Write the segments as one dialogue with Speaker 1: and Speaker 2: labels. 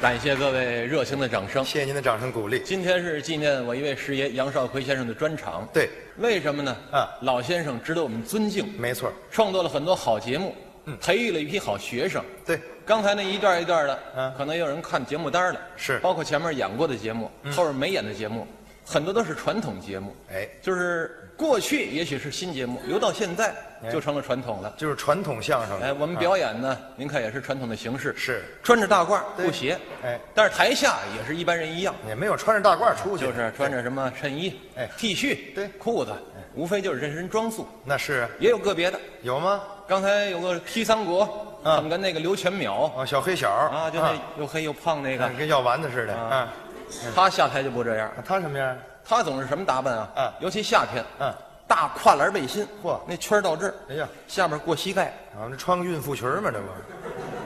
Speaker 1: 感谢各位热情的掌声。
Speaker 2: 谢谢您的掌声鼓励。
Speaker 1: 今天是纪念我一位师爷杨少奎先生的专场。
Speaker 2: 对，
Speaker 1: 为什么呢？
Speaker 2: 嗯
Speaker 1: 老先生值得我们尊敬，
Speaker 2: 没错，
Speaker 1: 创作了很多好节目，
Speaker 2: 嗯
Speaker 1: 培育了一批好学生。
Speaker 2: 对，
Speaker 1: 刚才那一段一段的，
Speaker 2: 嗯
Speaker 1: 可能有人看节目单了，
Speaker 2: 是嗯
Speaker 1: 包括前面演过的节目，后面没演的节目，很多都是传统节目，
Speaker 2: 哎
Speaker 1: 就是过去也许是新节目，留到现在
Speaker 2: 哎
Speaker 1: 就成了传统了。
Speaker 2: 就是传统相声。
Speaker 1: 哎，我们表演呢，您看也是传统的形式，
Speaker 2: 啊是
Speaker 1: 穿着大褂
Speaker 2: 对
Speaker 1: 布鞋，
Speaker 2: 哎，
Speaker 1: 但是台下也是一般人一样，
Speaker 2: 也没有穿着大褂出去，
Speaker 1: 就是穿着什么衬衣、
Speaker 2: 哎
Speaker 1: T 恤、
Speaker 2: 对嗯
Speaker 1: 裤子，无非就是这身装束，
Speaker 2: 那是
Speaker 1: 也有个别的。
Speaker 2: 有吗？
Speaker 1: 刚才有个踢三国，
Speaker 2: 嗯
Speaker 1: 怎么跟那个刘全淼
Speaker 2: 哦，小黑小
Speaker 1: 啊，
Speaker 2: 啊
Speaker 1: 就那又黑又胖那个
Speaker 2: 看，跟药丸子似的
Speaker 1: 啊
Speaker 2: 啊。
Speaker 1: 他下台就不这样，
Speaker 2: 他什么样？
Speaker 1: 他总是什么打扮啊？
Speaker 2: 嗯
Speaker 1: 尤其夏天，
Speaker 2: 嗯，
Speaker 1: 大跨栏背心，
Speaker 2: 嚯
Speaker 1: 那圈儿到这儿，
Speaker 2: 哎呀，
Speaker 1: 下边过膝盖，
Speaker 2: 啊，这穿个孕妇裙儿嘛，这不？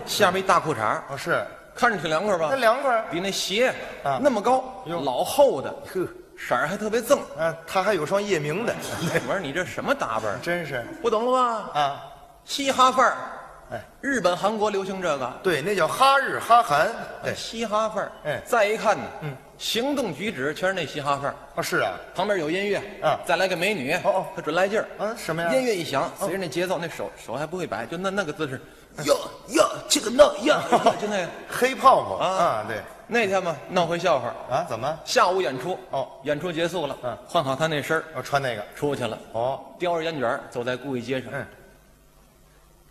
Speaker 1: 下边一大裤衩儿，
Speaker 2: 哦，是，
Speaker 1: 看着挺凉快吧
Speaker 2: 嗯那？凉快儿。
Speaker 1: 比那鞋
Speaker 2: 啊
Speaker 1: 那么高，
Speaker 2: 哟
Speaker 1: 老厚的，
Speaker 2: 呵，
Speaker 1: 色儿还特别锃。
Speaker 2: 啊，他还有双夜明的，
Speaker 1: 我说你这什么打扮儿？
Speaker 2: 真是
Speaker 1: 不懂了吧？
Speaker 2: 啊。
Speaker 1: 嘻哈范儿，
Speaker 2: 哎，
Speaker 1: 日本、韩国流行这个
Speaker 2: 对，那叫哈日哈韩。对，
Speaker 1: 嘻哈范儿。
Speaker 2: 哎
Speaker 1: 再一看呢，嗯，行动举止全是那嘻哈范儿。
Speaker 2: 哦，是啊，
Speaker 1: 旁边有音乐，
Speaker 2: 嗯
Speaker 1: 再来个美女，
Speaker 2: 哦哦
Speaker 1: 她准来劲儿。
Speaker 2: 啊，什么呀？
Speaker 1: 音乐一响，随着那节奏，那手手还不会摆，就那那个姿势，哟哟，这个闹哟，
Speaker 2: 哦
Speaker 1: 就那个。
Speaker 2: 黑泡泡
Speaker 1: 啊
Speaker 2: 啊，对
Speaker 1: 那天嘛，闹回笑话，
Speaker 2: 啊，怎么？
Speaker 1: 下午演出，
Speaker 2: 哦，
Speaker 1: 演出结束了，
Speaker 2: 嗯
Speaker 1: 换好他那身儿
Speaker 2: 我穿那个
Speaker 1: 出去了，
Speaker 2: 哦。
Speaker 1: 叼着烟卷儿走在故意街上，
Speaker 2: 嗯，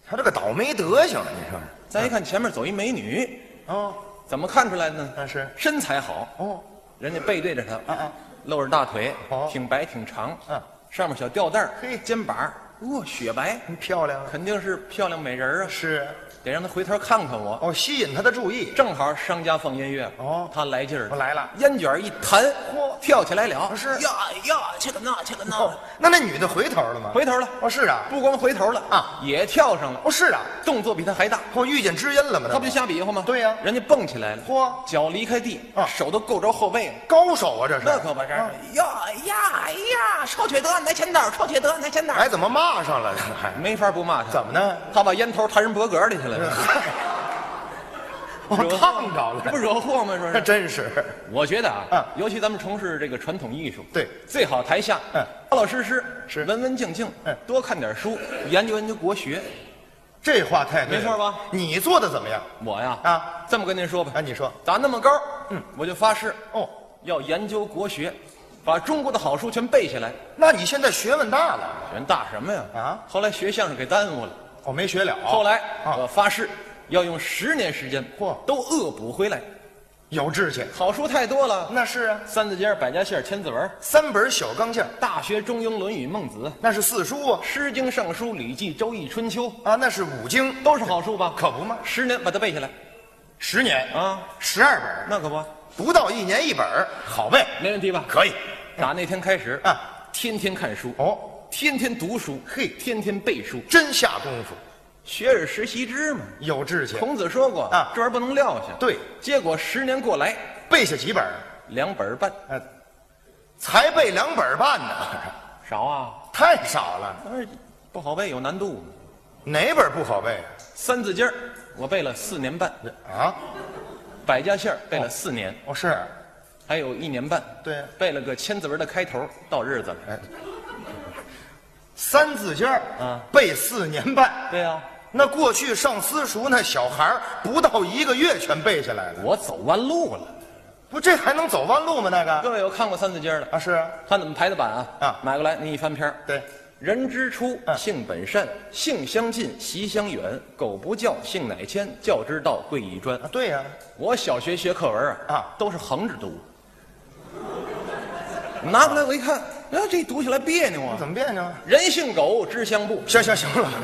Speaker 2: 他这个倒霉德行，啊你说
Speaker 1: 再一看前面走一美女，
Speaker 2: 哦，
Speaker 1: 怎么看出来呢？
Speaker 2: 那是
Speaker 1: 身材好，
Speaker 2: 哦，
Speaker 1: 人家背对着他，
Speaker 2: 啊啊，
Speaker 1: 露着大腿
Speaker 2: 哦，
Speaker 1: 挺白挺长，
Speaker 2: 嗯
Speaker 1: 上面小吊带儿
Speaker 2: 嘿
Speaker 1: 肩膀儿，哦，雪白，
Speaker 2: 你漂亮啊
Speaker 1: 肯定是漂亮美人儿啊，
Speaker 2: 是
Speaker 1: 得让他回头看看我。
Speaker 2: 哦，吸引他的注意。
Speaker 1: 正好商家放音乐，
Speaker 2: 哦
Speaker 1: 他来劲儿
Speaker 2: 我，来了，
Speaker 1: 烟卷儿一弹，
Speaker 2: 嚯
Speaker 1: 跳起来了，
Speaker 2: 是
Speaker 1: 呀呀，这个那这个那
Speaker 2: 哦，，那那女的回头了吗？
Speaker 1: 回头了，
Speaker 2: 哦，是啊，
Speaker 1: 不光回头了
Speaker 2: 啊，
Speaker 1: 也跳上了，
Speaker 2: 哦是啊，
Speaker 1: 动作比他还大，
Speaker 2: 哦遇见知音了吗？
Speaker 1: 他不就瞎比划吗？
Speaker 2: 对呀
Speaker 1: 人家蹦起来了，
Speaker 2: 嚯
Speaker 1: 脚离开地，
Speaker 2: 啊
Speaker 1: 手都够着后背了，
Speaker 2: 高手啊，这是
Speaker 1: 那可不是
Speaker 2: 啊，
Speaker 1: 嗯呀呀呀，臭铁德拿钱刀，臭铁德拿钱刀，
Speaker 2: 哎，怎么骂上了？还
Speaker 1: 没法不骂他，
Speaker 2: 怎么呢？
Speaker 1: 他把烟头弹人脖梗里去了，
Speaker 2: 嗨，我
Speaker 1: 惹祸
Speaker 2: 哦嗯 烫着
Speaker 1: 这不
Speaker 2: 了，
Speaker 1: 惹祸吗？说
Speaker 2: 那
Speaker 1: 是，
Speaker 2: 真是
Speaker 1: 我觉得
Speaker 2: 嗯
Speaker 1: 啊，尤其咱们从事这个传统艺术，
Speaker 2: 对
Speaker 1: 最好台下
Speaker 2: 嗯
Speaker 1: 老老实实，
Speaker 2: 是
Speaker 1: 文文静静
Speaker 2: 嗯，
Speaker 1: 多看点书，研究研究国学。
Speaker 2: 这话太对了
Speaker 1: 没错吧？
Speaker 2: 你做的怎么样
Speaker 1: 我呀，
Speaker 2: 啊，
Speaker 1: 这么跟您说吧
Speaker 2: 啊？，你说
Speaker 1: 打那么高，嗯，我就发誓
Speaker 2: 哦，
Speaker 1: 要研究国学，把中国的好书全背下来。
Speaker 2: 那你现在学问大了，
Speaker 1: 人大什么呀？
Speaker 2: 啊
Speaker 1: 后来学相声给耽误了。
Speaker 2: 我没学了。
Speaker 1: 后来
Speaker 2: 啊
Speaker 1: 我发誓要用十年时间，
Speaker 2: 嚯
Speaker 1: 都恶补回来。
Speaker 2: 有志气，
Speaker 1: 好书太多了，《
Speaker 2: 那是啊，
Speaker 1: 三字经》《百家姓》《千字文》《
Speaker 2: 三本小钢架，
Speaker 1: 大学》《中庸》《论语》《孟子》《
Speaker 2: 那是四书啊，
Speaker 1: 诗经》《尚书》《礼记》《周易》《春秋》，
Speaker 2: 啊，那是五经，
Speaker 1: 都是好书吧？
Speaker 2: 可不嘛，
Speaker 1: 十年把它背下来
Speaker 2: 十年啊，
Speaker 1: 啊，
Speaker 2: 十二本，
Speaker 1: 那可不，
Speaker 2: 不到一年一本，好背，
Speaker 1: 没问题吧？
Speaker 2: 可以。
Speaker 1: 打那天开始
Speaker 2: 啊，
Speaker 1: 天天看书，
Speaker 2: 哦，
Speaker 1: 天天读书，
Speaker 2: 嘿
Speaker 1: 天天背书，
Speaker 2: 真下功夫，
Speaker 1: 学而时习之嘛。
Speaker 2: 有志气，
Speaker 1: 孔子说过
Speaker 2: 啊
Speaker 1: 这玩意儿不能撂下。
Speaker 2: 对，
Speaker 1: 结果十年过来，
Speaker 2: 背下几本儿？
Speaker 1: 两本儿半，
Speaker 2: 呃，才背两本儿半呢，
Speaker 1: 少啊，
Speaker 2: 太少了。
Speaker 1: 但是不好背，有难度。
Speaker 2: 哪本儿不好背
Speaker 1: 三字经儿我背了四年半，
Speaker 2: 啊？啊，
Speaker 1: 百家姓儿背了四年，
Speaker 2: 哦是，
Speaker 1: 还有一年半，
Speaker 2: 对，啊
Speaker 1: 背了个千字文的开头，到日子了。
Speaker 2: 三字经儿
Speaker 1: 啊，
Speaker 2: 背四年半。
Speaker 1: 对呀、啊
Speaker 2: 那过去上私塾那小孩儿不到一个月全背下来了，
Speaker 1: 我走弯路了。
Speaker 2: 不这还能走弯路吗？那个
Speaker 1: 各位有看过三字经儿的？
Speaker 2: 啊是啊，
Speaker 1: 看怎么排的版啊？
Speaker 2: 啊
Speaker 1: 买过来你一翻篇儿
Speaker 2: 对，
Speaker 1: 人之初，
Speaker 2: 嗯
Speaker 1: 性本善，性相近，习相远。苟不教，性乃迁。教之道，贵以专
Speaker 2: 啊。对呀、
Speaker 1: 我小学学课文嗯啊，
Speaker 2: 啊
Speaker 1: 都是横着读。拿过来我一看，啊，这读起来别扭啊！
Speaker 2: 怎么别扭？
Speaker 1: 人性狗，知相不。
Speaker 2: 行行行了，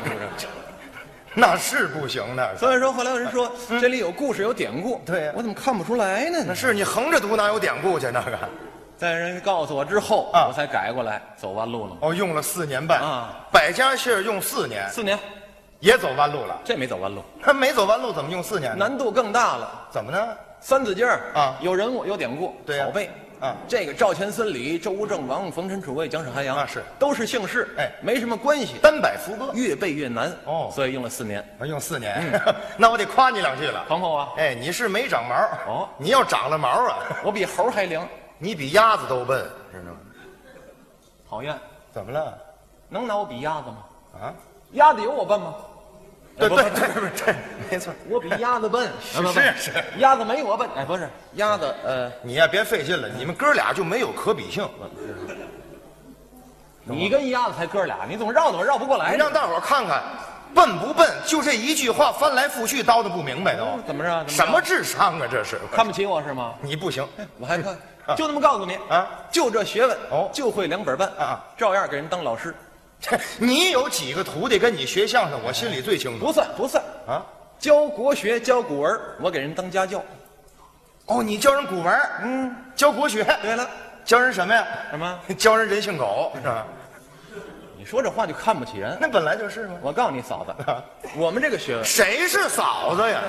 Speaker 2: 那是不行的。
Speaker 1: 所以说，后来有人 说、这里有故事，有典故。
Speaker 2: 嗯对呀
Speaker 1: 我怎么看不出来呢
Speaker 2: 那？是你横着读哪有典故去？那个
Speaker 1: 在人告诉我之后，
Speaker 2: 啊
Speaker 1: 我才改过来，走弯路了。
Speaker 2: 哦，用了四年半
Speaker 1: 啊，
Speaker 2: 百家姓用四年
Speaker 1: 四年，
Speaker 2: 也走弯路了。
Speaker 1: 这没走弯路，
Speaker 2: 他没走弯路怎么用四年呢？
Speaker 1: 难度更大了。
Speaker 2: 怎么呢？
Speaker 1: 三字经儿
Speaker 2: 哎啊
Speaker 1: 有人物，有典故，
Speaker 2: 对呀
Speaker 1: 好背。
Speaker 2: 啊
Speaker 1: 这个赵钱孙李周吴郑王冯陈楚卫蒋沈韩杨
Speaker 2: 啊是
Speaker 1: 都是姓氏，
Speaker 2: 哎
Speaker 1: 没什么关系，
Speaker 2: 单摆福歌，
Speaker 1: 越背越难
Speaker 2: 哦
Speaker 1: 所以用了四年，
Speaker 2: 我用四年，
Speaker 1: 嗯
Speaker 2: 那我得夸你两句了。
Speaker 1: 皇后啊，
Speaker 2: 哎，你是没长毛
Speaker 1: 哦
Speaker 2: 你要长了毛啊，
Speaker 1: 我比猴还灵，
Speaker 2: 你比鸭子都笨，知道吗？
Speaker 1: 讨厌，
Speaker 2: 怎么了？
Speaker 1: 能拿我比鸭子吗？
Speaker 2: 啊？
Speaker 1: 鸭子有我笨吗？
Speaker 2: 对
Speaker 1: 哎不
Speaker 2: 对对对对， 没错。
Speaker 1: 我比鸭子笨， 不
Speaker 2: 是
Speaker 1: 不
Speaker 2: 是是
Speaker 1: 鸭子没我笨，哎，不是鸭子，呃，
Speaker 2: 你呀，别费劲了，你们哥俩就没有可比性。
Speaker 1: 你跟鸭子才哥俩，你总绕的我绕不过来
Speaker 2: 你
Speaker 1: 呢，
Speaker 2: 让大伙儿看看，笨不笨？就这一句话翻来覆去叨叨不明白都，
Speaker 1: 怎么着？怎么着
Speaker 2: 什么智商啊这是？
Speaker 1: 看不起我是吗？
Speaker 2: 你不行，
Speaker 1: 我还看， 就那么告诉你
Speaker 2: 啊，
Speaker 1: 就这学问
Speaker 2: 哦
Speaker 1: 就会两本半
Speaker 2: 啊啊，
Speaker 1: 照样给人当老师，
Speaker 2: 你有几个徒弟跟你学相声，我心里最清楚
Speaker 1: 不算不算，
Speaker 2: 啊。
Speaker 1: 教国学教古文，我给人当家教。
Speaker 2: 哦，你教人古文，嗯，教国学，
Speaker 1: 对了，
Speaker 2: 教人什么呀？
Speaker 1: 什么？
Speaker 2: 教人人性狗是吧？
Speaker 1: 你说这话就看不起人。
Speaker 2: 那本来就是嘛。
Speaker 1: 我告诉你嫂
Speaker 2: 啊
Speaker 1: 子，我们这个学问，
Speaker 2: 谁是嫂子呀？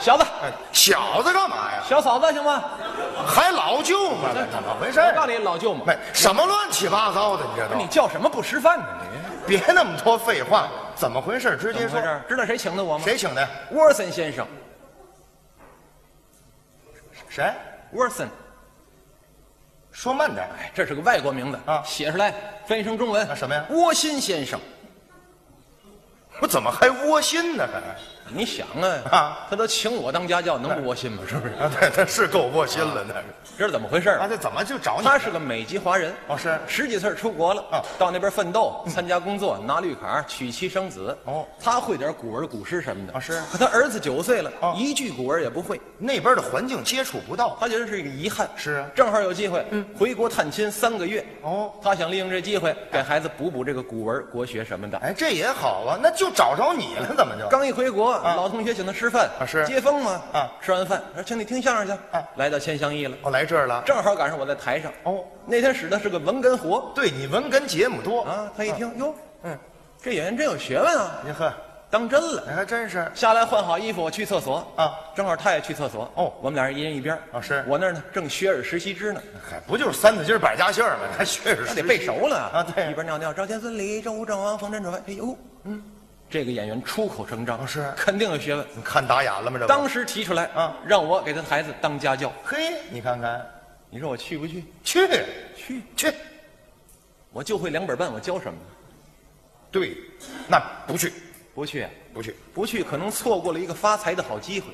Speaker 1: 小子
Speaker 2: 小子干嘛呀？
Speaker 1: 小嫂子行吗？
Speaker 2: 还老舅吗？怎么回事？啊
Speaker 1: 我告诉你老舅母，
Speaker 2: 没什么乱七八糟的，你这
Speaker 1: 你
Speaker 2: 都
Speaker 1: 叫什么不吃饭呢？你
Speaker 2: 别那么多废话，怎么回事？直接
Speaker 1: 怎么
Speaker 2: 说
Speaker 1: 回。事？知道谁请的我吗？
Speaker 2: 谁请的？
Speaker 1: 沃尔森先生，
Speaker 2: 谁？
Speaker 1: 沃尔森，
Speaker 2: 说慢点。
Speaker 1: 哎这是个外国名字
Speaker 2: 啊
Speaker 1: 写出来翻译成中文
Speaker 2: 那什么呀
Speaker 1: 窝心先生，
Speaker 2: 我怎么还窝心呢？还
Speaker 1: 你想啊，
Speaker 2: 啊
Speaker 1: 他都请我当家教，能不窝心吗？是不是？
Speaker 2: 啊，对，他是够窝心了，那是。
Speaker 1: 这是怎么回事儿
Speaker 2: 啊，
Speaker 1: 啊？
Speaker 2: 这怎么就找你？
Speaker 1: 他是个美籍华人，
Speaker 2: 哦是
Speaker 1: 十几岁出国了，
Speaker 2: 啊嗯
Speaker 1: 到那边奋斗，参加工作，拿绿卡，娶妻生子。
Speaker 2: 哦
Speaker 1: 他会点古文、古诗什么的。
Speaker 2: 啊是
Speaker 1: 可他儿子九岁了，
Speaker 2: 哦
Speaker 1: 一句古文也不会，
Speaker 2: 那边的环境接触不到。
Speaker 1: 他觉得是一个遗憾。
Speaker 2: 是啊
Speaker 1: 正好有机会，回国探亲三个月。
Speaker 2: 哦
Speaker 1: 他想利用这机会给孩子补补这个古文、国学什么的。
Speaker 2: 哎，这也好啊，那就找着你了，怎么就？
Speaker 1: 嗯刚一回国，老同学请他吃饭，
Speaker 2: 啊是
Speaker 1: 接风嘛，
Speaker 2: 啊
Speaker 1: 吃完饭说请你听相声去，
Speaker 2: 啊
Speaker 1: 来到千香艺了，
Speaker 2: 哦，来这儿了。
Speaker 1: 正好赶上我在台上，
Speaker 2: 哦，
Speaker 1: 那天使的是个文根活
Speaker 2: 对你文哏节目多，
Speaker 1: 啊，他一听哟，
Speaker 2: 嗯，
Speaker 1: 这演员真有学问啊，
Speaker 2: 您呵，
Speaker 1: 当真了。
Speaker 2: 你还真是
Speaker 1: 下来换好衣服，我去厕所
Speaker 2: 啊，
Speaker 1: 正好他也去厕所
Speaker 2: 哦
Speaker 1: 我们俩人一人一边
Speaker 2: 啊是啊
Speaker 1: 我那儿呢正学而时习之呢，
Speaker 2: 嗨，不就是三字经儿百家姓儿吗？还学着
Speaker 1: 那
Speaker 2: 说
Speaker 1: 得背熟了
Speaker 2: 啊对
Speaker 1: 一边尿尿，赵钱孙李周吴郑王冯陈楚卫，哎呦，嗯，这个演员出口成章
Speaker 2: 啊是
Speaker 1: 肯定有学问，
Speaker 2: 你看打眼了吗？这不
Speaker 1: 当时提出来
Speaker 2: 啊
Speaker 1: 让我给他孩子当家教，
Speaker 2: 嘿，你看看，
Speaker 1: 你说我去不去？
Speaker 2: 去
Speaker 1: 去，
Speaker 2: 去，
Speaker 1: 我就会两本半，我教什么？
Speaker 2: 对，那不去
Speaker 1: 不去啊，
Speaker 2: 不去。
Speaker 1: 不去可能错过了一个发财的好机会。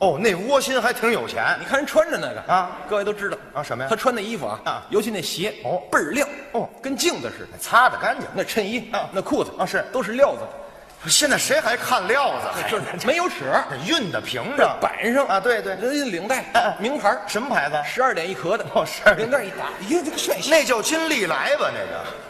Speaker 2: 哦，那窝心还挺有钱
Speaker 1: 你看人穿着那个
Speaker 2: 啊，
Speaker 1: 各位都知道
Speaker 2: 啊什么呀
Speaker 1: 他穿那衣服啊，
Speaker 2: 啊
Speaker 1: 尤其那鞋
Speaker 2: 哦
Speaker 1: 倍儿亮
Speaker 2: 哦
Speaker 1: 跟镜子似的。
Speaker 2: 擦的干净。
Speaker 1: 那衬衣
Speaker 2: 啊
Speaker 1: 那裤子
Speaker 2: 啊是哎
Speaker 1: 都是 料子的，
Speaker 2: 现在谁还看料子？还
Speaker 1: 就是没有褶儿，
Speaker 2: 熨的平整，
Speaker 1: 板上
Speaker 2: 啊，对对，
Speaker 1: 人家领
Speaker 2: 哎哎
Speaker 1: 带名牌
Speaker 2: 什么牌子？
Speaker 1: 十二点一壳的，
Speaker 2: 哦12
Speaker 1: 领带一打，哎呀，这个帅气，
Speaker 2: 那叫金利来吧，那个。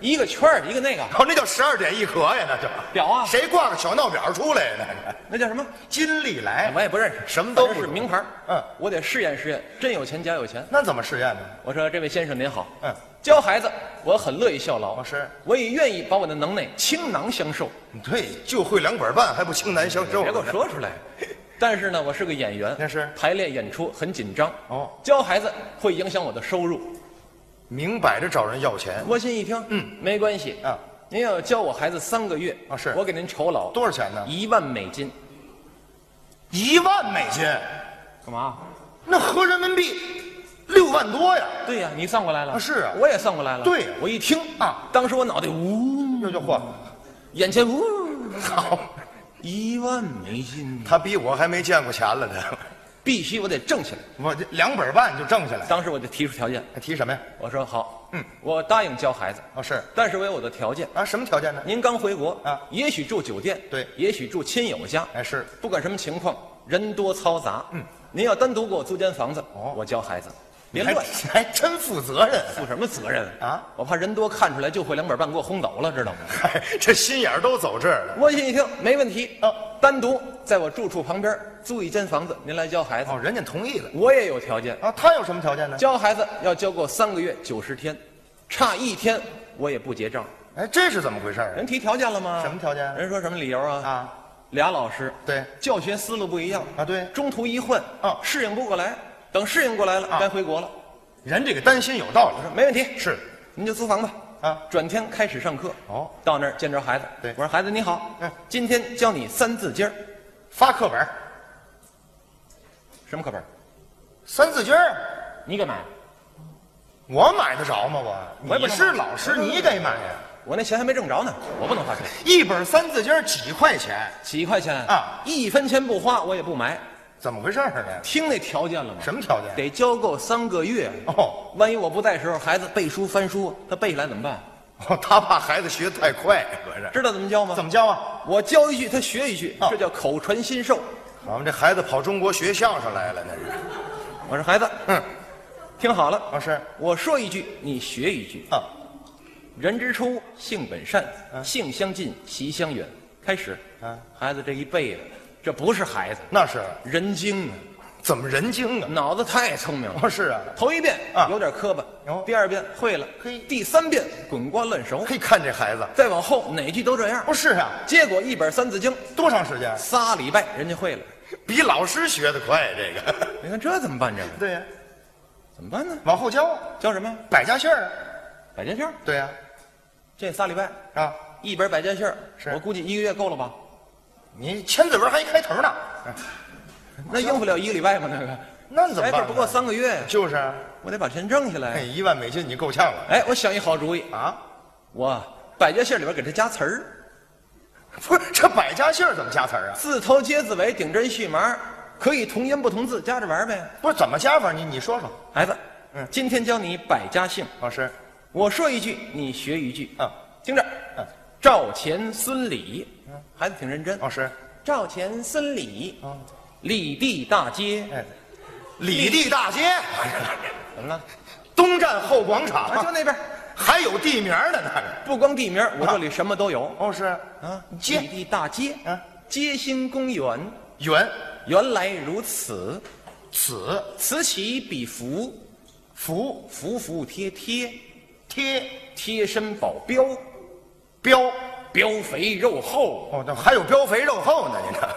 Speaker 1: 一个圈儿一个那 个
Speaker 2: 哦，那叫十二点一格呀，那叫
Speaker 1: 表啊
Speaker 2: 谁挂个小闹表出来呀？那个
Speaker 1: 那叫什么？
Speaker 2: 金利来
Speaker 1: 哎，我也不认识，
Speaker 2: 什么都
Speaker 1: 反正
Speaker 2: 不
Speaker 1: 是
Speaker 2: 懂
Speaker 1: 名牌。
Speaker 2: 嗯，
Speaker 1: 我得试验试验，真有钱假有钱。
Speaker 2: 那怎么试验呢？
Speaker 1: 我说这位先生您好，
Speaker 2: 嗯，
Speaker 1: 教孩子我很乐意效劳，
Speaker 2: 哦是
Speaker 1: 我也愿意把我的能耐倾囊相授，
Speaker 2: 哦对，就会两本半，还不倾囊相授
Speaker 1: 别
Speaker 2: 呢？
Speaker 1: 给我说出 来。但是呢，我是个演员，
Speaker 2: 那是
Speaker 1: 排练演出很紧张，
Speaker 2: 哦
Speaker 1: 教孩子会影响我的收入。
Speaker 2: 明摆着找人要钱，
Speaker 1: 郭鑫一听，嗯，没关系
Speaker 2: 啊。
Speaker 1: 您要教我孩子三个月
Speaker 2: 啊是
Speaker 1: 我给您酬劳
Speaker 2: 多少钱呢？
Speaker 1: 一万美金。
Speaker 2: 一万美金，
Speaker 1: 干嘛？
Speaker 2: 那合人民币六万多呀！
Speaker 1: 对呀、你算过来了
Speaker 2: 啊是啊
Speaker 1: 我也算过来了。
Speaker 2: 对呀
Speaker 1: 我一听
Speaker 2: 啊，
Speaker 1: 当时我脑袋呜，
Speaker 2: 这就嚯，
Speaker 1: 眼前呜，
Speaker 2: 好，
Speaker 1: 一万美金，
Speaker 2: 他比我还没见过钱了呢。
Speaker 1: 必须我得挣起来。
Speaker 2: 我这两本半就挣下来，
Speaker 1: 当时我就提出条件，
Speaker 2: 还提什么呀？
Speaker 1: 我说好，
Speaker 2: 嗯，
Speaker 1: 我答应教孩子，
Speaker 2: 哦，是
Speaker 1: 但是我有我的条件。
Speaker 2: 啊，什么条件呢？
Speaker 1: 您刚回国
Speaker 2: 啊
Speaker 1: 也许住酒店，
Speaker 2: 对
Speaker 1: 也许住亲友家，
Speaker 2: 哎，是
Speaker 1: 不管什么情况，人多嘈杂，嗯，您要单独给我租间房子，
Speaker 2: 哦
Speaker 1: 我教孩子，别
Speaker 2: 你还
Speaker 1: 乱。
Speaker 2: 还真负责任，
Speaker 1: 负什么责任
Speaker 2: 啊？
Speaker 1: 我怕人多看出来就会两本半给我轰走了，知道吗？
Speaker 2: 嗨，这心眼儿都走这儿了。
Speaker 1: 我心一听没问题
Speaker 2: 啊，
Speaker 1: 单独在我住处旁边租一间房子，您来教孩子。
Speaker 2: 哦，人家同意了
Speaker 1: 我也有条件，
Speaker 2: 啊，他有什么条件呢？
Speaker 1: 教孩子要教够三个月九十天，差一天我也不结账。
Speaker 2: 哎，这是怎么回事儿
Speaker 1: 人提条件了吗？
Speaker 2: 什么条件
Speaker 1: 人说什么理由
Speaker 2: 啊？
Speaker 1: 啊？
Speaker 2: 啊，
Speaker 1: 俩老师，
Speaker 2: 对
Speaker 1: 教学思路不一样
Speaker 2: 啊，对
Speaker 1: 中途一换
Speaker 2: 啊
Speaker 1: 适应不过来。等适应过来了，该回国了。
Speaker 2: 人这个担心有道
Speaker 1: 我
Speaker 2: 理
Speaker 1: 说没问题，
Speaker 2: 是
Speaker 1: 您就租房吧。
Speaker 2: 啊
Speaker 1: 转天开始上课。
Speaker 2: 哦，
Speaker 1: 到那儿见着孩子，
Speaker 2: 对
Speaker 1: 我说孩子你好，
Speaker 2: 嗯
Speaker 1: 今天教你三字经儿，
Speaker 2: 发课本
Speaker 1: 什么课本？
Speaker 2: 三字经儿
Speaker 1: 你给买？
Speaker 2: 我买得着吗？我
Speaker 1: 我也不
Speaker 2: 你
Speaker 1: 能
Speaker 2: 是
Speaker 1: 买
Speaker 2: 老师，你给买呀？
Speaker 1: 我那钱还没挣着呢，我不能花钱。
Speaker 2: 一本三字经儿几块钱？
Speaker 1: 几块钱
Speaker 2: 啊，
Speaker 1: 一分钱不花我也不买。
Speaker 2: 怎么回事儿呢？
Speaker 1: 听那条件了吗？
Speaker 2: 什么条件？
Speaker 1: 得交够三个月。
Speaker 2: 哦
Speaker 1: 万一我不在时候，孩子背书翻书，他背下来怎么办？
Speaker 2: 哦，他怕孩子学得太快，合着
Speaker 1: 知道怎么教吗？
Speaker 2: 怎么教啊？
Speaker 1: 我教一句，他学一句，
Speaker 2: 哦
Speaker 1: 这叫口传心授。
Speaker 2: 我们这孩子跑中国学相声来了，那是
Speaker 1: 我说孩子，
Speaker 2: 嗯，
Speaker 1: 听好了，
Speaker 2: 老师
Speaker 1: 我说一句，你学一句。
Speaker 2: 啊，
Speaker 1: 人之初，性本善，性相近，习相远。开始，
Speaker 2: 嗯
Speaker 1: 孩子这一背的，这不是孩子，
Speaker 2: 那是
Speaker 1: 人精啊，
Speaker 2: 怎么人精啊？
Speaker 1: 脑子太聪明了。
Speaker 2: 哦，是啊，
Speaker 1: 头一遍
Speaker 2: 啊
Speaker 1: 有点磕巴
Speaker 2: 哦，
Speaker 1: 第二遍会了
Speaker 2: 嘿，
Speaker 1: 第三遍滚瓜烂熟，
Speaker 2: 可以看这孩子，
Speaker 1: 再往后哪句都这样。
Speaker 2: 不是啊？
Speaker 1: 结果一本《三字经》，
Speaker 2: 多长时间？啊
Speaker 1: 仨礼拜人家会了。
Speaker 2: 比老师学得快，这个
Speaker 1: 你看这怎么办？这个
Speaker 2: 对呀、
Speaker 1: 怎么办呢？
Speaker 2: 往后教
Speaker 1: 教什么呀？
Speaker 2: 百家姓儿，
Speaker 1: 百家姓儿。
Speaker 2: 对呀、
Speaker 1: 这仨礼拜
Speaker 2: 啊，
Speaker 1: 一本百家姓儿，
Speaker 2: 是
Speaker 1: 我估计一个月够了吧？
Speaker 2: 你千字文还一开头呢，
Speaker 1: 那应付了一个礼拜吗？那个
Speaker 2: 哎那你怎么
Speaker 1: 哎
Speaker 2: 办
Speaker 1: 这
Speaker 2: 呢？
Speaker 1: 不够三个月呀，
Speaker 2: 就是啊，
Speaker 1: 我得把钱挣下
Speaker 2: 哎，
Speaker 1: 来。
Speaker 2: 一万美金你够呛了
Speaker 1: 哎，我想一好主意，
Speaker 2: 啊！
Speaker 1: 我百家姓儿里边给它加词儿，
Speaker 2: 不是这百家姓儿怎么加词儿啊？
Speaker 1: 字头接字尾，顶针续麻，可以同音不同字，加着玩儿呗。
Speaker 2: 不是怎么加法？你你说说，
Speaker 1: 孩子，
Speaker 2: 嗯
Speaker 1: 今天教你百家姓，
Speaker 2: 老师，
Speaker 1: 我说一句，你学一句。
Speaker 2: 嗯，
Speaker 1: 听着
Speaker 2: 嗯，
Speaker 1: 赵钱孙李，孩子挺认真。
Speaker 2: 老师，
Speaker 1: 赵钱孙李
Speaker 2: 哦，
Speaker 1: 李地大街，
Speaker 2: 哎，李地大街，哎
Speaker 1: 怎么了？
Speaker 2: 东站后广
Speaker 1: 啊，就
Speaker 2: 场，
Speaker 1: 那边，
Speaker 2: 还有地名呢，那是。
Speaker 1: 不光地名，我这里什么都有
Speaker 2: 哦，是
Speaker 1: 啊。
Speaker 2: 街
Speaker 1: 李地大街
Speaker 2: 啊，
Speaker 1: 街心公园，
Speaker 2: 元
Speaker 1: 原来如此，
Speaker 2: 此
Speaker 1: 此起彼伏，
Speaker 2: 服
Speaker 1: 服服帖帖，
Speaker 2: 贴
Speaker 1: 贴身保镖，
Speaker 2: 标
Speaker 1: 膘肥肉厚，
Speaker 2: 哦，那还有膘肥肉厚呢，你这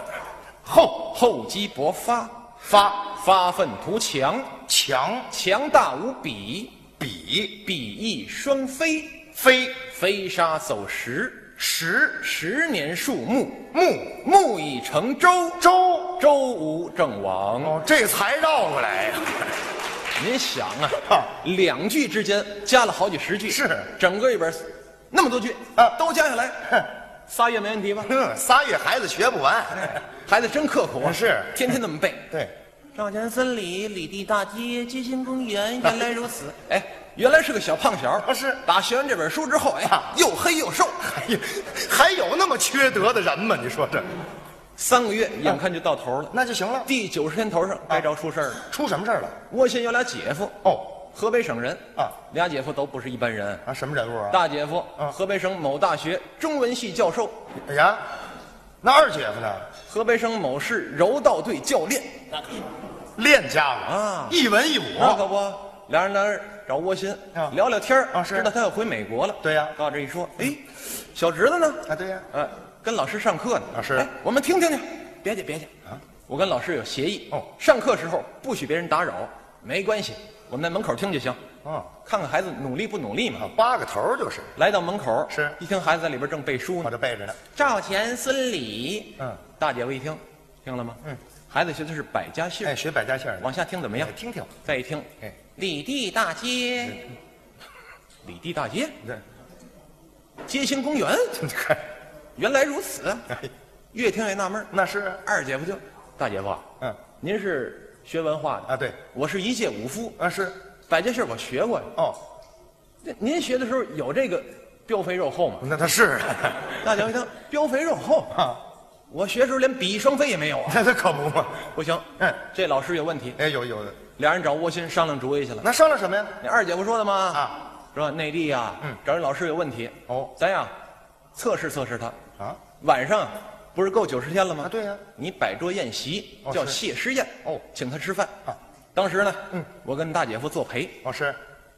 Speaker 2: 厚
Speaker 1: 厚积薄发。
Speaker 2: 发
Speaker 1: 发愤图强，
Speaker 2: 强
Speaker 1: 强大无比，
Speaker 2: 比
Speaker 1: 比翼双飞，
Speaker 2: 飞
Speaker 1: 飞沙走石，
Speaker 2: 石
Speaker 1: 十年树木，
Speaker 2: 木
Speaker 1: 木已成舟，
Speaker 2: 周
Speaker 1: 舟无正亡。
Speaker 2: 哦，这才绕过来呀、
Speaker 1: 您想 啊，
Speaker 2: 啊
Speaker 1: 两句之间加了好几十句，
Speaker 2: 是
Speaker 1: 整个一本那么多句
Speaker 2: 啊
Speaker 1: 都加下来，仨月没问题 吧？
Speaker 2: 嗯，仨月孩子学不完，
Speaker 1: 孩子真刻苦啊，
Speaker 2: 是
Speaker 1: 天天那么 背。
Speaker 2: 对，
Speaker 1: 赵钱孙李，李地大街，街心公园， 原来如此。哎，原来是个小胖小
Speaker 2: 啊，是
Speaker 1: 打学完这本书之后，哎
Speaker 2: 啊，
Speaker 1: 又黑又瘦，
Speaker 2: 哎呀，还有那么缺德的人吗？你说这
Speaker 1: 三个月眼看就到头了。
Speaker 2: 啊那啊就行了。
Speaker 1: 第九十天头上该着出事儿了。
Speaker 2: 出什么事儿了？
Speaker 1: 我先有俩姐夫，
Speaker 2: 哦
Speaker 1: 河北省人
Speaker 2: 啊，
Speaker 1: 俩姐夫都不是一般人。
Speaker 2: 啊，什么人物啊？
Speaker 1: 大姐夫，
Speaker 2: 啊
Speaker 1: 河北省某大学中文系教授，
Speaker 2: 哎呀，那二姐夫呢？
Speaker 1: 河北省某市柔道队教练。
Speaker 2: 练家伙
Speaker 1: 啊
Speaker 2: 一文一武。
Speaker 1: 那可不，俩人来这儿找窝心
Speaker 2: 啊，
Speaker 1: 聊聊天儿
Speaker 2: 啊是
Speaker 1: 知道他要回美国了。
Speaker 2: 对呀
Speaker 1: 到这一说，哎，小侄子呢？
Speaker 2: 啊，对呀、
Speaker 1: 呃，跟老师上课呢。
Speaker 2: 老师
Speaker 1: 哎，我们听听去。别介，别介
Speaker 2: 啊！
Speaker 1: 我跟老师有协议。
Speaker 2: 哦
Speaker 1: 上课时候不许别人打扰，没关系，我们在门口听就行。
Speaker 2: 哦
Speaker 1: 看看孩子努力不努力嘛。
Speaker 2: 啊，八个头儿就是，
Speaker 1: 来到门口，
Speaker 2: 是啊
Speaker 1: 一听孩子在里边正背书
Speaker 2: 我
Speaker 1: 呢。
Speaker 2: 这背着呢。
Speaker 1: 赵钱孙李，
Speaker 2: 嗯，
Speaker 1: 大姐夫一听，听了吗？
Speaker 2: 嗯，
Speaker 1: 孩子学的是百家姓
Speaker 2: 哎，，学百家姓儿的，
Speaker 1: 往下听怎么样
Speaker 2: 哎？听听。
Speaker 1: 再一听
Speaker 2: 哎，
Speaker 1: 李地大街， 李地大街，
Speaker 2: 这
Speaker 1: 街心公园，
Speaker 2: 你看，
Speaker 1: 原来如此。
Speaker 2: 哎
Speaker 1: 越听越纳闷儿，
Speaker 2: 那是，
Speaker 1: 二姐夫就，大姐夫啊，
Speaker 2: 嗯
Speaker 1: 您是学文化的
Speaker 2: 啊，对，
Speaker 1: 我是一介武夫，
Speaker 2: 啊是，
Speaker 1: 百家姓我学过呀。
Speaker 2: 哦，
Speaker 1: 那您学的时候有这个膘肥肉厚 吗？
Speaker 2: 那他是，
Speaker 1: 大姐夫一听，膘肥肉厚，
Speaker 2: 啊，
Speaker 1: 我学的时候连比翼双飞也没有啊！
Speaker 2: 那他可不嘛。
Speaker 1: 不行，
Speaker 2: 嗯
Speaker 1: 这老师有问题。
Speaker 2: 哎，有有的，
Speaker 1: 俩人找窝心商量主意去了。
Speaker 2: 那商量什么呀？
Speaker 1: 那二姐夫说的吗？
Speaker 2: 啊，
Speaker 1: 说内地呀、
Speaker 2: 嗯
Speaker 1: 找人老师有问题。
Speaker 2: 哦
Speaker 1: 咱呀，测试测试他。
Speaker 2: 啊，
Speaker 1: 晚上不是够九十天了吗？
Speaker 2: 啊对呀
Speaker 1: 你摆桌宴席
Speaker 2: 哦
Speaker 1: 叫
Speaker 2: 是
Speaker 1: 谢师宴，
Speaker 2: 哦
Speaker 1: 请他吃饭。
Speaker 2: 啊
Speaker 1: 当时呢，嗯，我跟大姐夫作陪，
Speaker 2: 老师，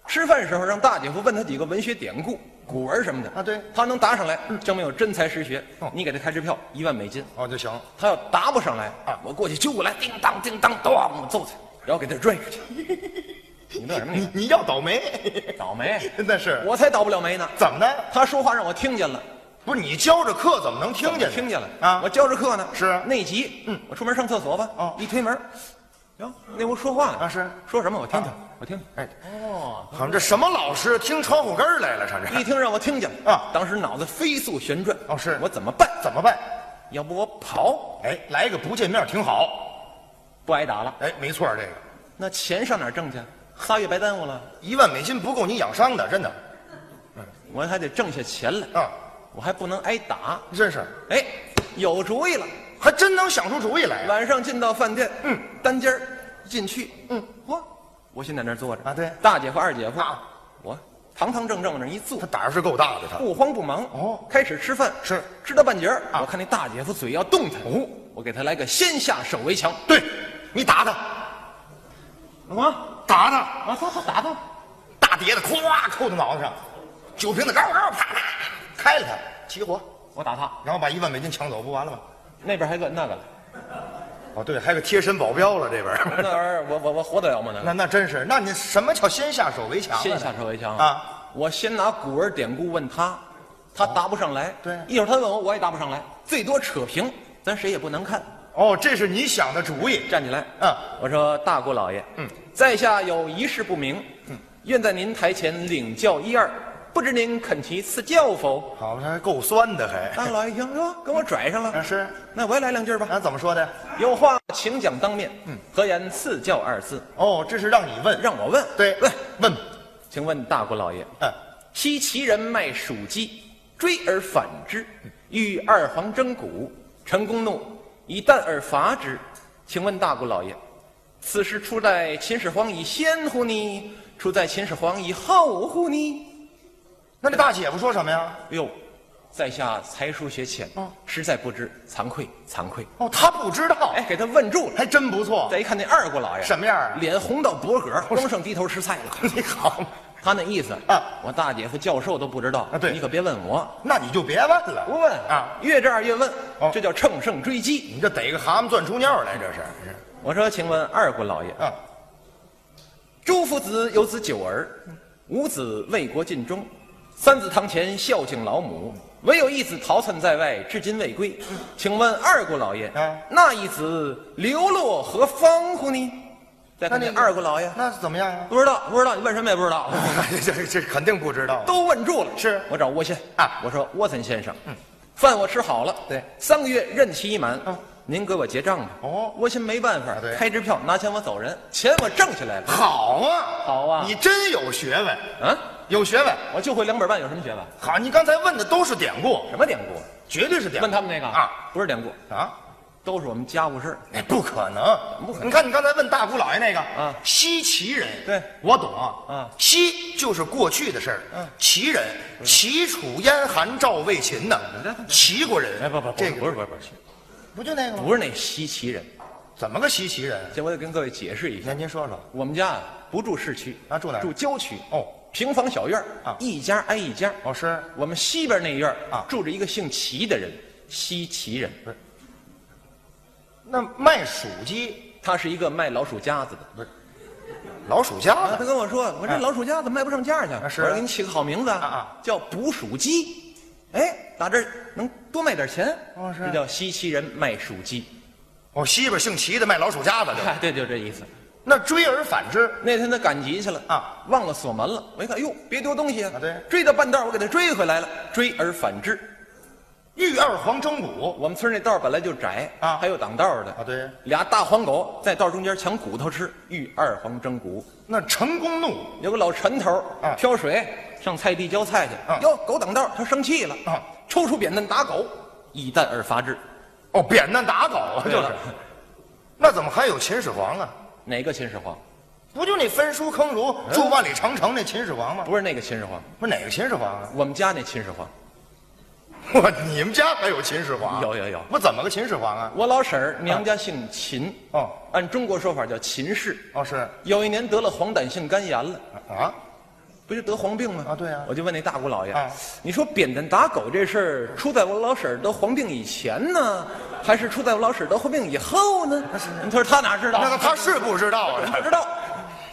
Speaker 1: 吃饭时候让大姐夫问他几个文学典故、古文什么的
Speaker 2: 啊对嗯
Speaker 1: 他能答上来，证明有真才实学
Speaker 2: 哦。
Speaker 1: 你给他开支票一万美金，
Speaker 2: 哦就行，
Speaker 1: 他要答不上来
Speaker 2: 啊
Speaker 1: 我过去揪过来，叮当叮当，咚，揍他。然后给他拽出去。 你乐什么
Speaker 2: 你
Speaker 1: 你？
Speaker 2: 你要倒霉，
Speaker 1: 倒霉！
Speaker 2: 那是
Speaker 1: 我才倒不了霉呢。
Speaker 2: 怎么的？
Speaker 1: 他说话让我听见了，
Speaker 2: 不是你教着课怎么能听见呢？
Speaker 1: 听见了
Speaker 2: 啊！
Speaker 1: 我教着课呢，
Speaker 2: 是
Speaker 1: 内急。嗯，我出门上厕所吧。
Speaker 2: 哦
Speaker 1: 一推门，哟，那屋说话呢。
Speaker 2: 啊是
Speaker 1: 说什么？我听听，我听听。
Speaker 2: 哎，哦，好像这什么老师听窗户根儿来了，上这
Speaker 1: 一听让我听见了
Speaker 2: 啊
Speaker 1: 当时脑子飞速旋转。
Speaker 2: 哦是
Speaker 1: 我怎么办？
Speaker 2: 怎么办？
Speaker 1: 要不我跑？
Speaker 2: 哎，来个不见面挺好。
Speaker 1: 不挨打了。
Speaker 2: 哎，没错儿，这个
Speaker 1: 那钱上哪儿挣去？仨月白耽误了，
Speaker 2: 一万美金不够你养伤的，真的
Speaker 1: 我还得挣下钱来，
Speaker 2: 啊，
Speaker 1: 我还不能挨打。
Speaker 2: 真是
Speaker 1: 哎，有主意了！
Speaker 2: 还真能想出主意来啊
Speaker 1: 晚上进到饭店，嗯，单间儿进去，嗯，我我先在那儿坐着
Speaker 2: 啊对
Speaker 1: 大姐夫、二姐夫，
Speaker 2: 啊
Speaker 1: 我堂堂正正往那儿一坐
Speaker 2: 他，胆儿是够大的，他
Speaker 1: 不慌不忙。
Speaker 2: 哦
Speaker 1: 开始吃饭
Speaker 2: 是啊
Speaker 1: 吃到半截儿，我看那大姐夫嘴要动弹，哦，我给他来个先下手为强。
Speaker 2: 对你打他，
Speaker 1: 啊
Speaker 2: 打他，
Speaker 1: 啊，走走打他！
Speaker 2: 大碟子咵扣他脑袋上，酒瓶子高高啪啪开了他，起火，
Speaker 1: 我打他，
Speaker 2: 然后把一万美金抢走，不完了吗？
Speaker 1: 那边还个那个了，
Speaker 2: 哦，对，还有个贴身保镖了，这边儿
Speaker 1: 那玩意儿我我我活得了吗？那个
Speaker 2: 那那真是，那你什么叫先下手为强啊？
Speaker 1: 先下手为强
Speaker 2: 啊！哦
Speaker 1: 我先拿古文典故问他，他答不上来。
Speaker 2: 对
Speaker 1: 一会儿他问我，我也答不上来，最多扯平，咱谁也不能看。
Speaker 2: 哦，这是你想的主意。
Speaker 1: 站起来，
Speaker 2: 嗯，
Speaker 1: 我说大姑老爷，嗯，在下有一事不明，嗯，愿在您台前领教一二，不知您肯其赐教否？
Speaker 2: 好，他还够酸的还，
Speaker 1: 大姑老爷一听，哟，跟我拽上了，
Speaker 2: 啊是，
Speaker 1: 那我也来两句吧。
Speaker 2: 啊，怎么说的？
Speaker 1: 有话请讲当面，嗯，何言赐教二字？
Speaker 2: 哦，这是让你问，
Speaker 1: 让我问，
Speaker 2: 对，
Speaker 1: 问，
Speaker 2: 问，
Speaker 1: 请问大姑老爷，
Speaker 2: 嗯，
Speaker 1: 西岐人卖黍鸡，追而反之，
Speaker 2: 嗯
Speaker 1: 欲二黄争骨。陈公怒，以弹而伐之。请问大姑老爷，此事出在秦始皇以先乎呢？出在秦始皇以后乎呢？
Speaker 2: 那这大姐夫说什么呀？
Speaker 1: 哎呦，在下才疏学浅，
Speaker 2: 哦
Speaker 1: 实在不知，惭愧惭愧。
Speaker 2: 哦，他不知道，
Speaker 1: 哎，给他问住了。
Speaker 2: 还真不错。
Speaker 1: 再一看那二姑老爷
Speaker 2: 什么样啊
Speaker 1: 脸红到脖梗，光剩低头吃菜了。
Speaker 2: 你好，
Speaker 1: 他那意思
Speaker 2: 啊
Speaker 1: 我大姐夫教授都不知道
Speaker 2: 啊对
Speaker 1: 你可别问我。
Speaker 2: 那你就别问了，
Speaker 1: 不问
Speaker 2: 啊，，
Speaker 1: 越这样越问
Speaker 2: 哦，
Speaker 1: 这叫乘胜追击。
Speaker 2: 你这逮个蛤蟆钻出尿来，这是。
Speaker 1: 我说，请问二姑老爷，
Speaker 2: 啊，
Speaker 1: 朱夫子有子九儿，五子为国尽忠，三子堂前孝敬老母，唯有一子逃窜在外，至今未归。请问二姑老爷
Speaker 2: 啊，
Speaker 1: 那一子流落何方乎呢？再看
Speaker 2: 那
Speaker 1: 那
Speaker 2: 那个
Speaker 1: 二姑老爷，
Speaker 2: 那怎么样呀？
Speaker 1: 不知道，不知道，你问什么也不知道。
Speaker 2: 这 这这肯定不知道。
Speaker 1: 都问住了。
Speaker 2: 是
Speaker 1: 我找沃先嗯
Speaker 2: 啊
Speaker 1: 我说沃森先生，饭我吃好了，
Speaker 2: 对
Speaker 1: 三个月任期已满，
Speaker 2: 嗯
Speaker 1: 您给我结账吧。
Speaker 2: 哦
Speaker 1: 沃先没办法
Speaker 2: 啊对，
Speaker 1: 开支票拿钱我走人，钱我挣起来了，
Speaker 2: 好啊，
Speaker 1: 好啊
Speaker 2: 你真有学问，
Speaker 1: 啊，
Speaker 2: 有学问。
Speaker 1: 我就会两本半，有什么学问？
Speaker 2: 好，你刚才问的都是典故，
Speaker 1: 什么典故？啊
Speaker 2: 绝对是典故。
Speaker 1: 问他们那个
Speaker 2: 啊，
Speaker 1: 不是典故，
Speaker 2: 啊。
Speaker 1: 都是我们家务事儿。
Speaker 2: 哎，不可能，
Speaker 1: 不可能
Speaker 2: 你看你刚才问大姑老爷那个，
Speaker 1: 啊
Speaker 2: 西岐人，
Speaker 1: 对
Speaker 2: 我懂，
Speaker 1: 啊嗯
Speaker 2: 西就是过去的事儿，齐人，齐楚燕韩赵魏秦呢，齐国人，这个
Speaker 1: 嗯哎是不是不是，
Speaker 2: 不就那个吗？
Speaker 1: 不是那西岐人。
Speaker 2: 怎么个西岐人？
Speaker 1: 这我得跟各位解释一下，
Speaker 2: 您您说说，
Speaker 1: 我们家啊不住市区
Speaker 2: 啊住哪儿
Speaker 1: 住郊区
Speaker 2: 哦，
Speaker 1: 平房小院儿
Speaker 2: 啊
Speaker 1: 一家挨一家。
Speaker 2: 老师，
Speaker 1: 我们西边那院儿
Speaker 2: 啊
Speaker 1: 住着一个姓齐的人，西岐人，
Speaker 2: 那卖黍鸡，
Speaker 1: 他是一个卖老鼠夹子的。
Speaker 2: 老鼠夹
Speaker 1: 啊，他
Speaker 2: 子，
Speaker 1: 跟我说，我这
Speaker 2: 哎
Speaker 1: 老鼠夹子卖不上价去，
Speaker 2: 是
Speaker 1: 我说给你起个好名字
Speaker 2: 啊啊
Speaker 1: 叫捕鼠鸡。哎，打这儿能多卖点钱，
Speaker 2: 哦是
Speaker 1: 这叫西岐人卖鼠鸡。
Speaker 2: 哦，西边姓齐的卖老鼠夹子的，
Speaker 1: 哎，对，就这意思。
Speaker 2: 那追而反之，
Speaker 1: 那天他赶集去了
Speaker 2: 啊，
Speaker 1: 忘了锁门了。我一看，哟，别丢东西啊！
Speaker 2: 啊对
Speaker 1: 追到半道儿我给他追回来了。追而反之，
Speaker 2: 欲二黄争骨，
Speaker 1: 我们村儿那道儿本来就窄
Speaker 2: 啊
Speaker 1: 还有挡道儿的
Speaker 2: 啊对
Speaker 1: 俩大黄狗在道中间抢骨头吃，遇二黄争骨。
Speaker 2: 那成公怒，
Speaker 1: 有个老陈头儿
Speaker 2: 啊
Speaker 1: 挑水上菜地浇菜去
Speaker 2: 啊，
Speaker 1: 哟，狗挡道儿，他生气了
Speaker 2: 啊，
Speaker 1: 抽出扁担打狗，以弹而发之。
Speaker 2: 哦，扁担打狗啊，就
Speaker 1: 对
Speaker 2: 是
Speaker 1: 了，
Speaker 2: 那怎么还有秦始皇啊？
Speaker 1: 哎哪个秦始皇？
Speaker 2: 不就那焚书坑儒、
Speaker 1: 嗯
Speaker 2: 住万里长城那秦始皇吗？
Speaker 1: 不是那个秦始皇，
Speaker 2: 不是哪个秦始皇啊？
Speaker 1: 我们家那秦始皇。
Speaker 2: 我你们家还有秦始皇？啊
Speaker 1: 有有有
Speaker 2: 我怎么个秦始皇啊？
Speaker 1: 我老婶儿娘家姓秦，
Speaker 2: 哦
Speaker 1: 按中国说法叫秦氏。
Speaker 2: 哦是
Speaker 1: 有一年得了黄疸性肝炎了，
Speaker 2: 啊，
Speaker 1: 不就得黄病吗？
Speaker 2: 啊对啊
Speaker 1: 我就问那大姑老爷，
Speaker 2: 啊
Speaker 1: 你说扁担打狗这事儿出在我老婶儿得黄病以前呢，还是出在我老婶儿得黄病以后呢？他说他哪知道？
Speaker 2: 那个他是不知道啊
Speaker 1: 不，知道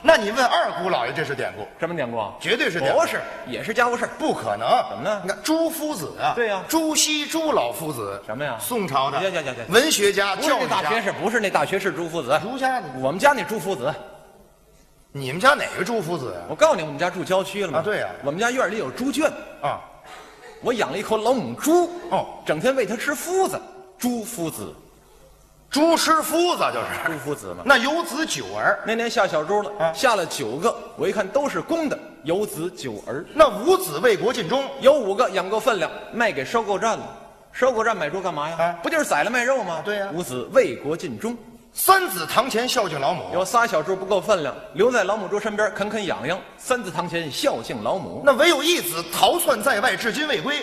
Speaker 2: 那你问二姑老爷这是典故，
Speaker 1: 什么典故？
Speaker 2: 绝对是典故
Speaker 1: 不是，也是家务事儿。
Speaker 2: 不可能。
Speaker 1: 怎么呢
Speaker 2: 你看朱夫子啊，
Speaker 1: 对呀
Speaker 2: 朱熹朱老夫子，
Speaker 1: 什么呀
Speaker 2: 宋朝的
Speaker 1: 行行行行
Speaker 2: 文学家、
Speaker 1: 不是
Speaker 2: 教
Speaker 1: 那
Speaker 2: 育
Speaker 1: 大学
Speaker 2: 家。
Speaker 1: 士，不是那大学士朱夫子，
Speaker 2: 儒家的，
Speaker 1: 我们家那朱夫子。
Speaker 2: 你们家哪个朱夫子啊？
Speaker 1: 我告诉你，我们家住郊区了嘛。
Speaker 2: 啊对呀
Speaker 1: 我们家院里有猪圈，
Speaker 2: 啊，
Speaker 1: 我养了一口老母猪，
Speaker 2: 哦，
Speaker 1: 整天喂它吃麸子，猪夫子，
Speaker 2: 猪吃夫子啊就是。
Speaker 1: 猪夫子嘛。
Speaker 2: 那有子九儿，
Speaker 1: 那年下小猪了，
Speaker 2: 啊
Speaker 1: 下了九个，我一看都是公的，有子九儿，
Speaker 2: 那五子为国尽忠，
Speaker 1: 有五个养够分量，卖给收购站了。收购站买猪干嘛呀？
Speaker 2: 啊
Speaker 1: 不就是宰了卖肉吗？
Speaker 2: 对啊呀
Speaker 1: 五子为国尽忠，
Speaker 2: 三子堂前孝敬老母。
Speaker 1: 有仨小猪不够分量，留在老母猪身边啃啃养养。三字堂前孝敬老母。
Speaker 2: 那唯有一子逃窜在外，至今未归，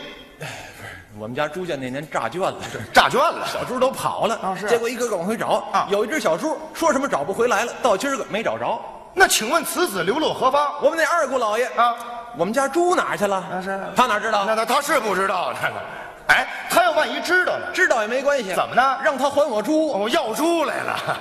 Speaker 1: 我们家猪圈那年炸圈了，
Speaker 2: 诈捐了。
Speaker 1: 小猪都跑了，
Speaker 2: 啊是啊
Speaker 1: 结果一个个往回找，
Speaker 2: 啊
Speaker 1: 有一只小猪说什么找不回来了，到今儿个没找着。
Speaker 2: 那请问此子流落何方？
Speaker 1: 我们那二姑老爷
Speaker 2: 啊，
Speaker 1: 我们家猪哪儿去了？
Speaker 2: 是啊
Speaker 1: 他哪知道
Speaker 2: 那？他他是不知道那个。哎，他要万一知道呢？
Speaker 1: 知道也没关系，
Speaker 2: 怎么呢
Speaker 1: 让他还我猪。
Speaker 2: 哦，要猪来了。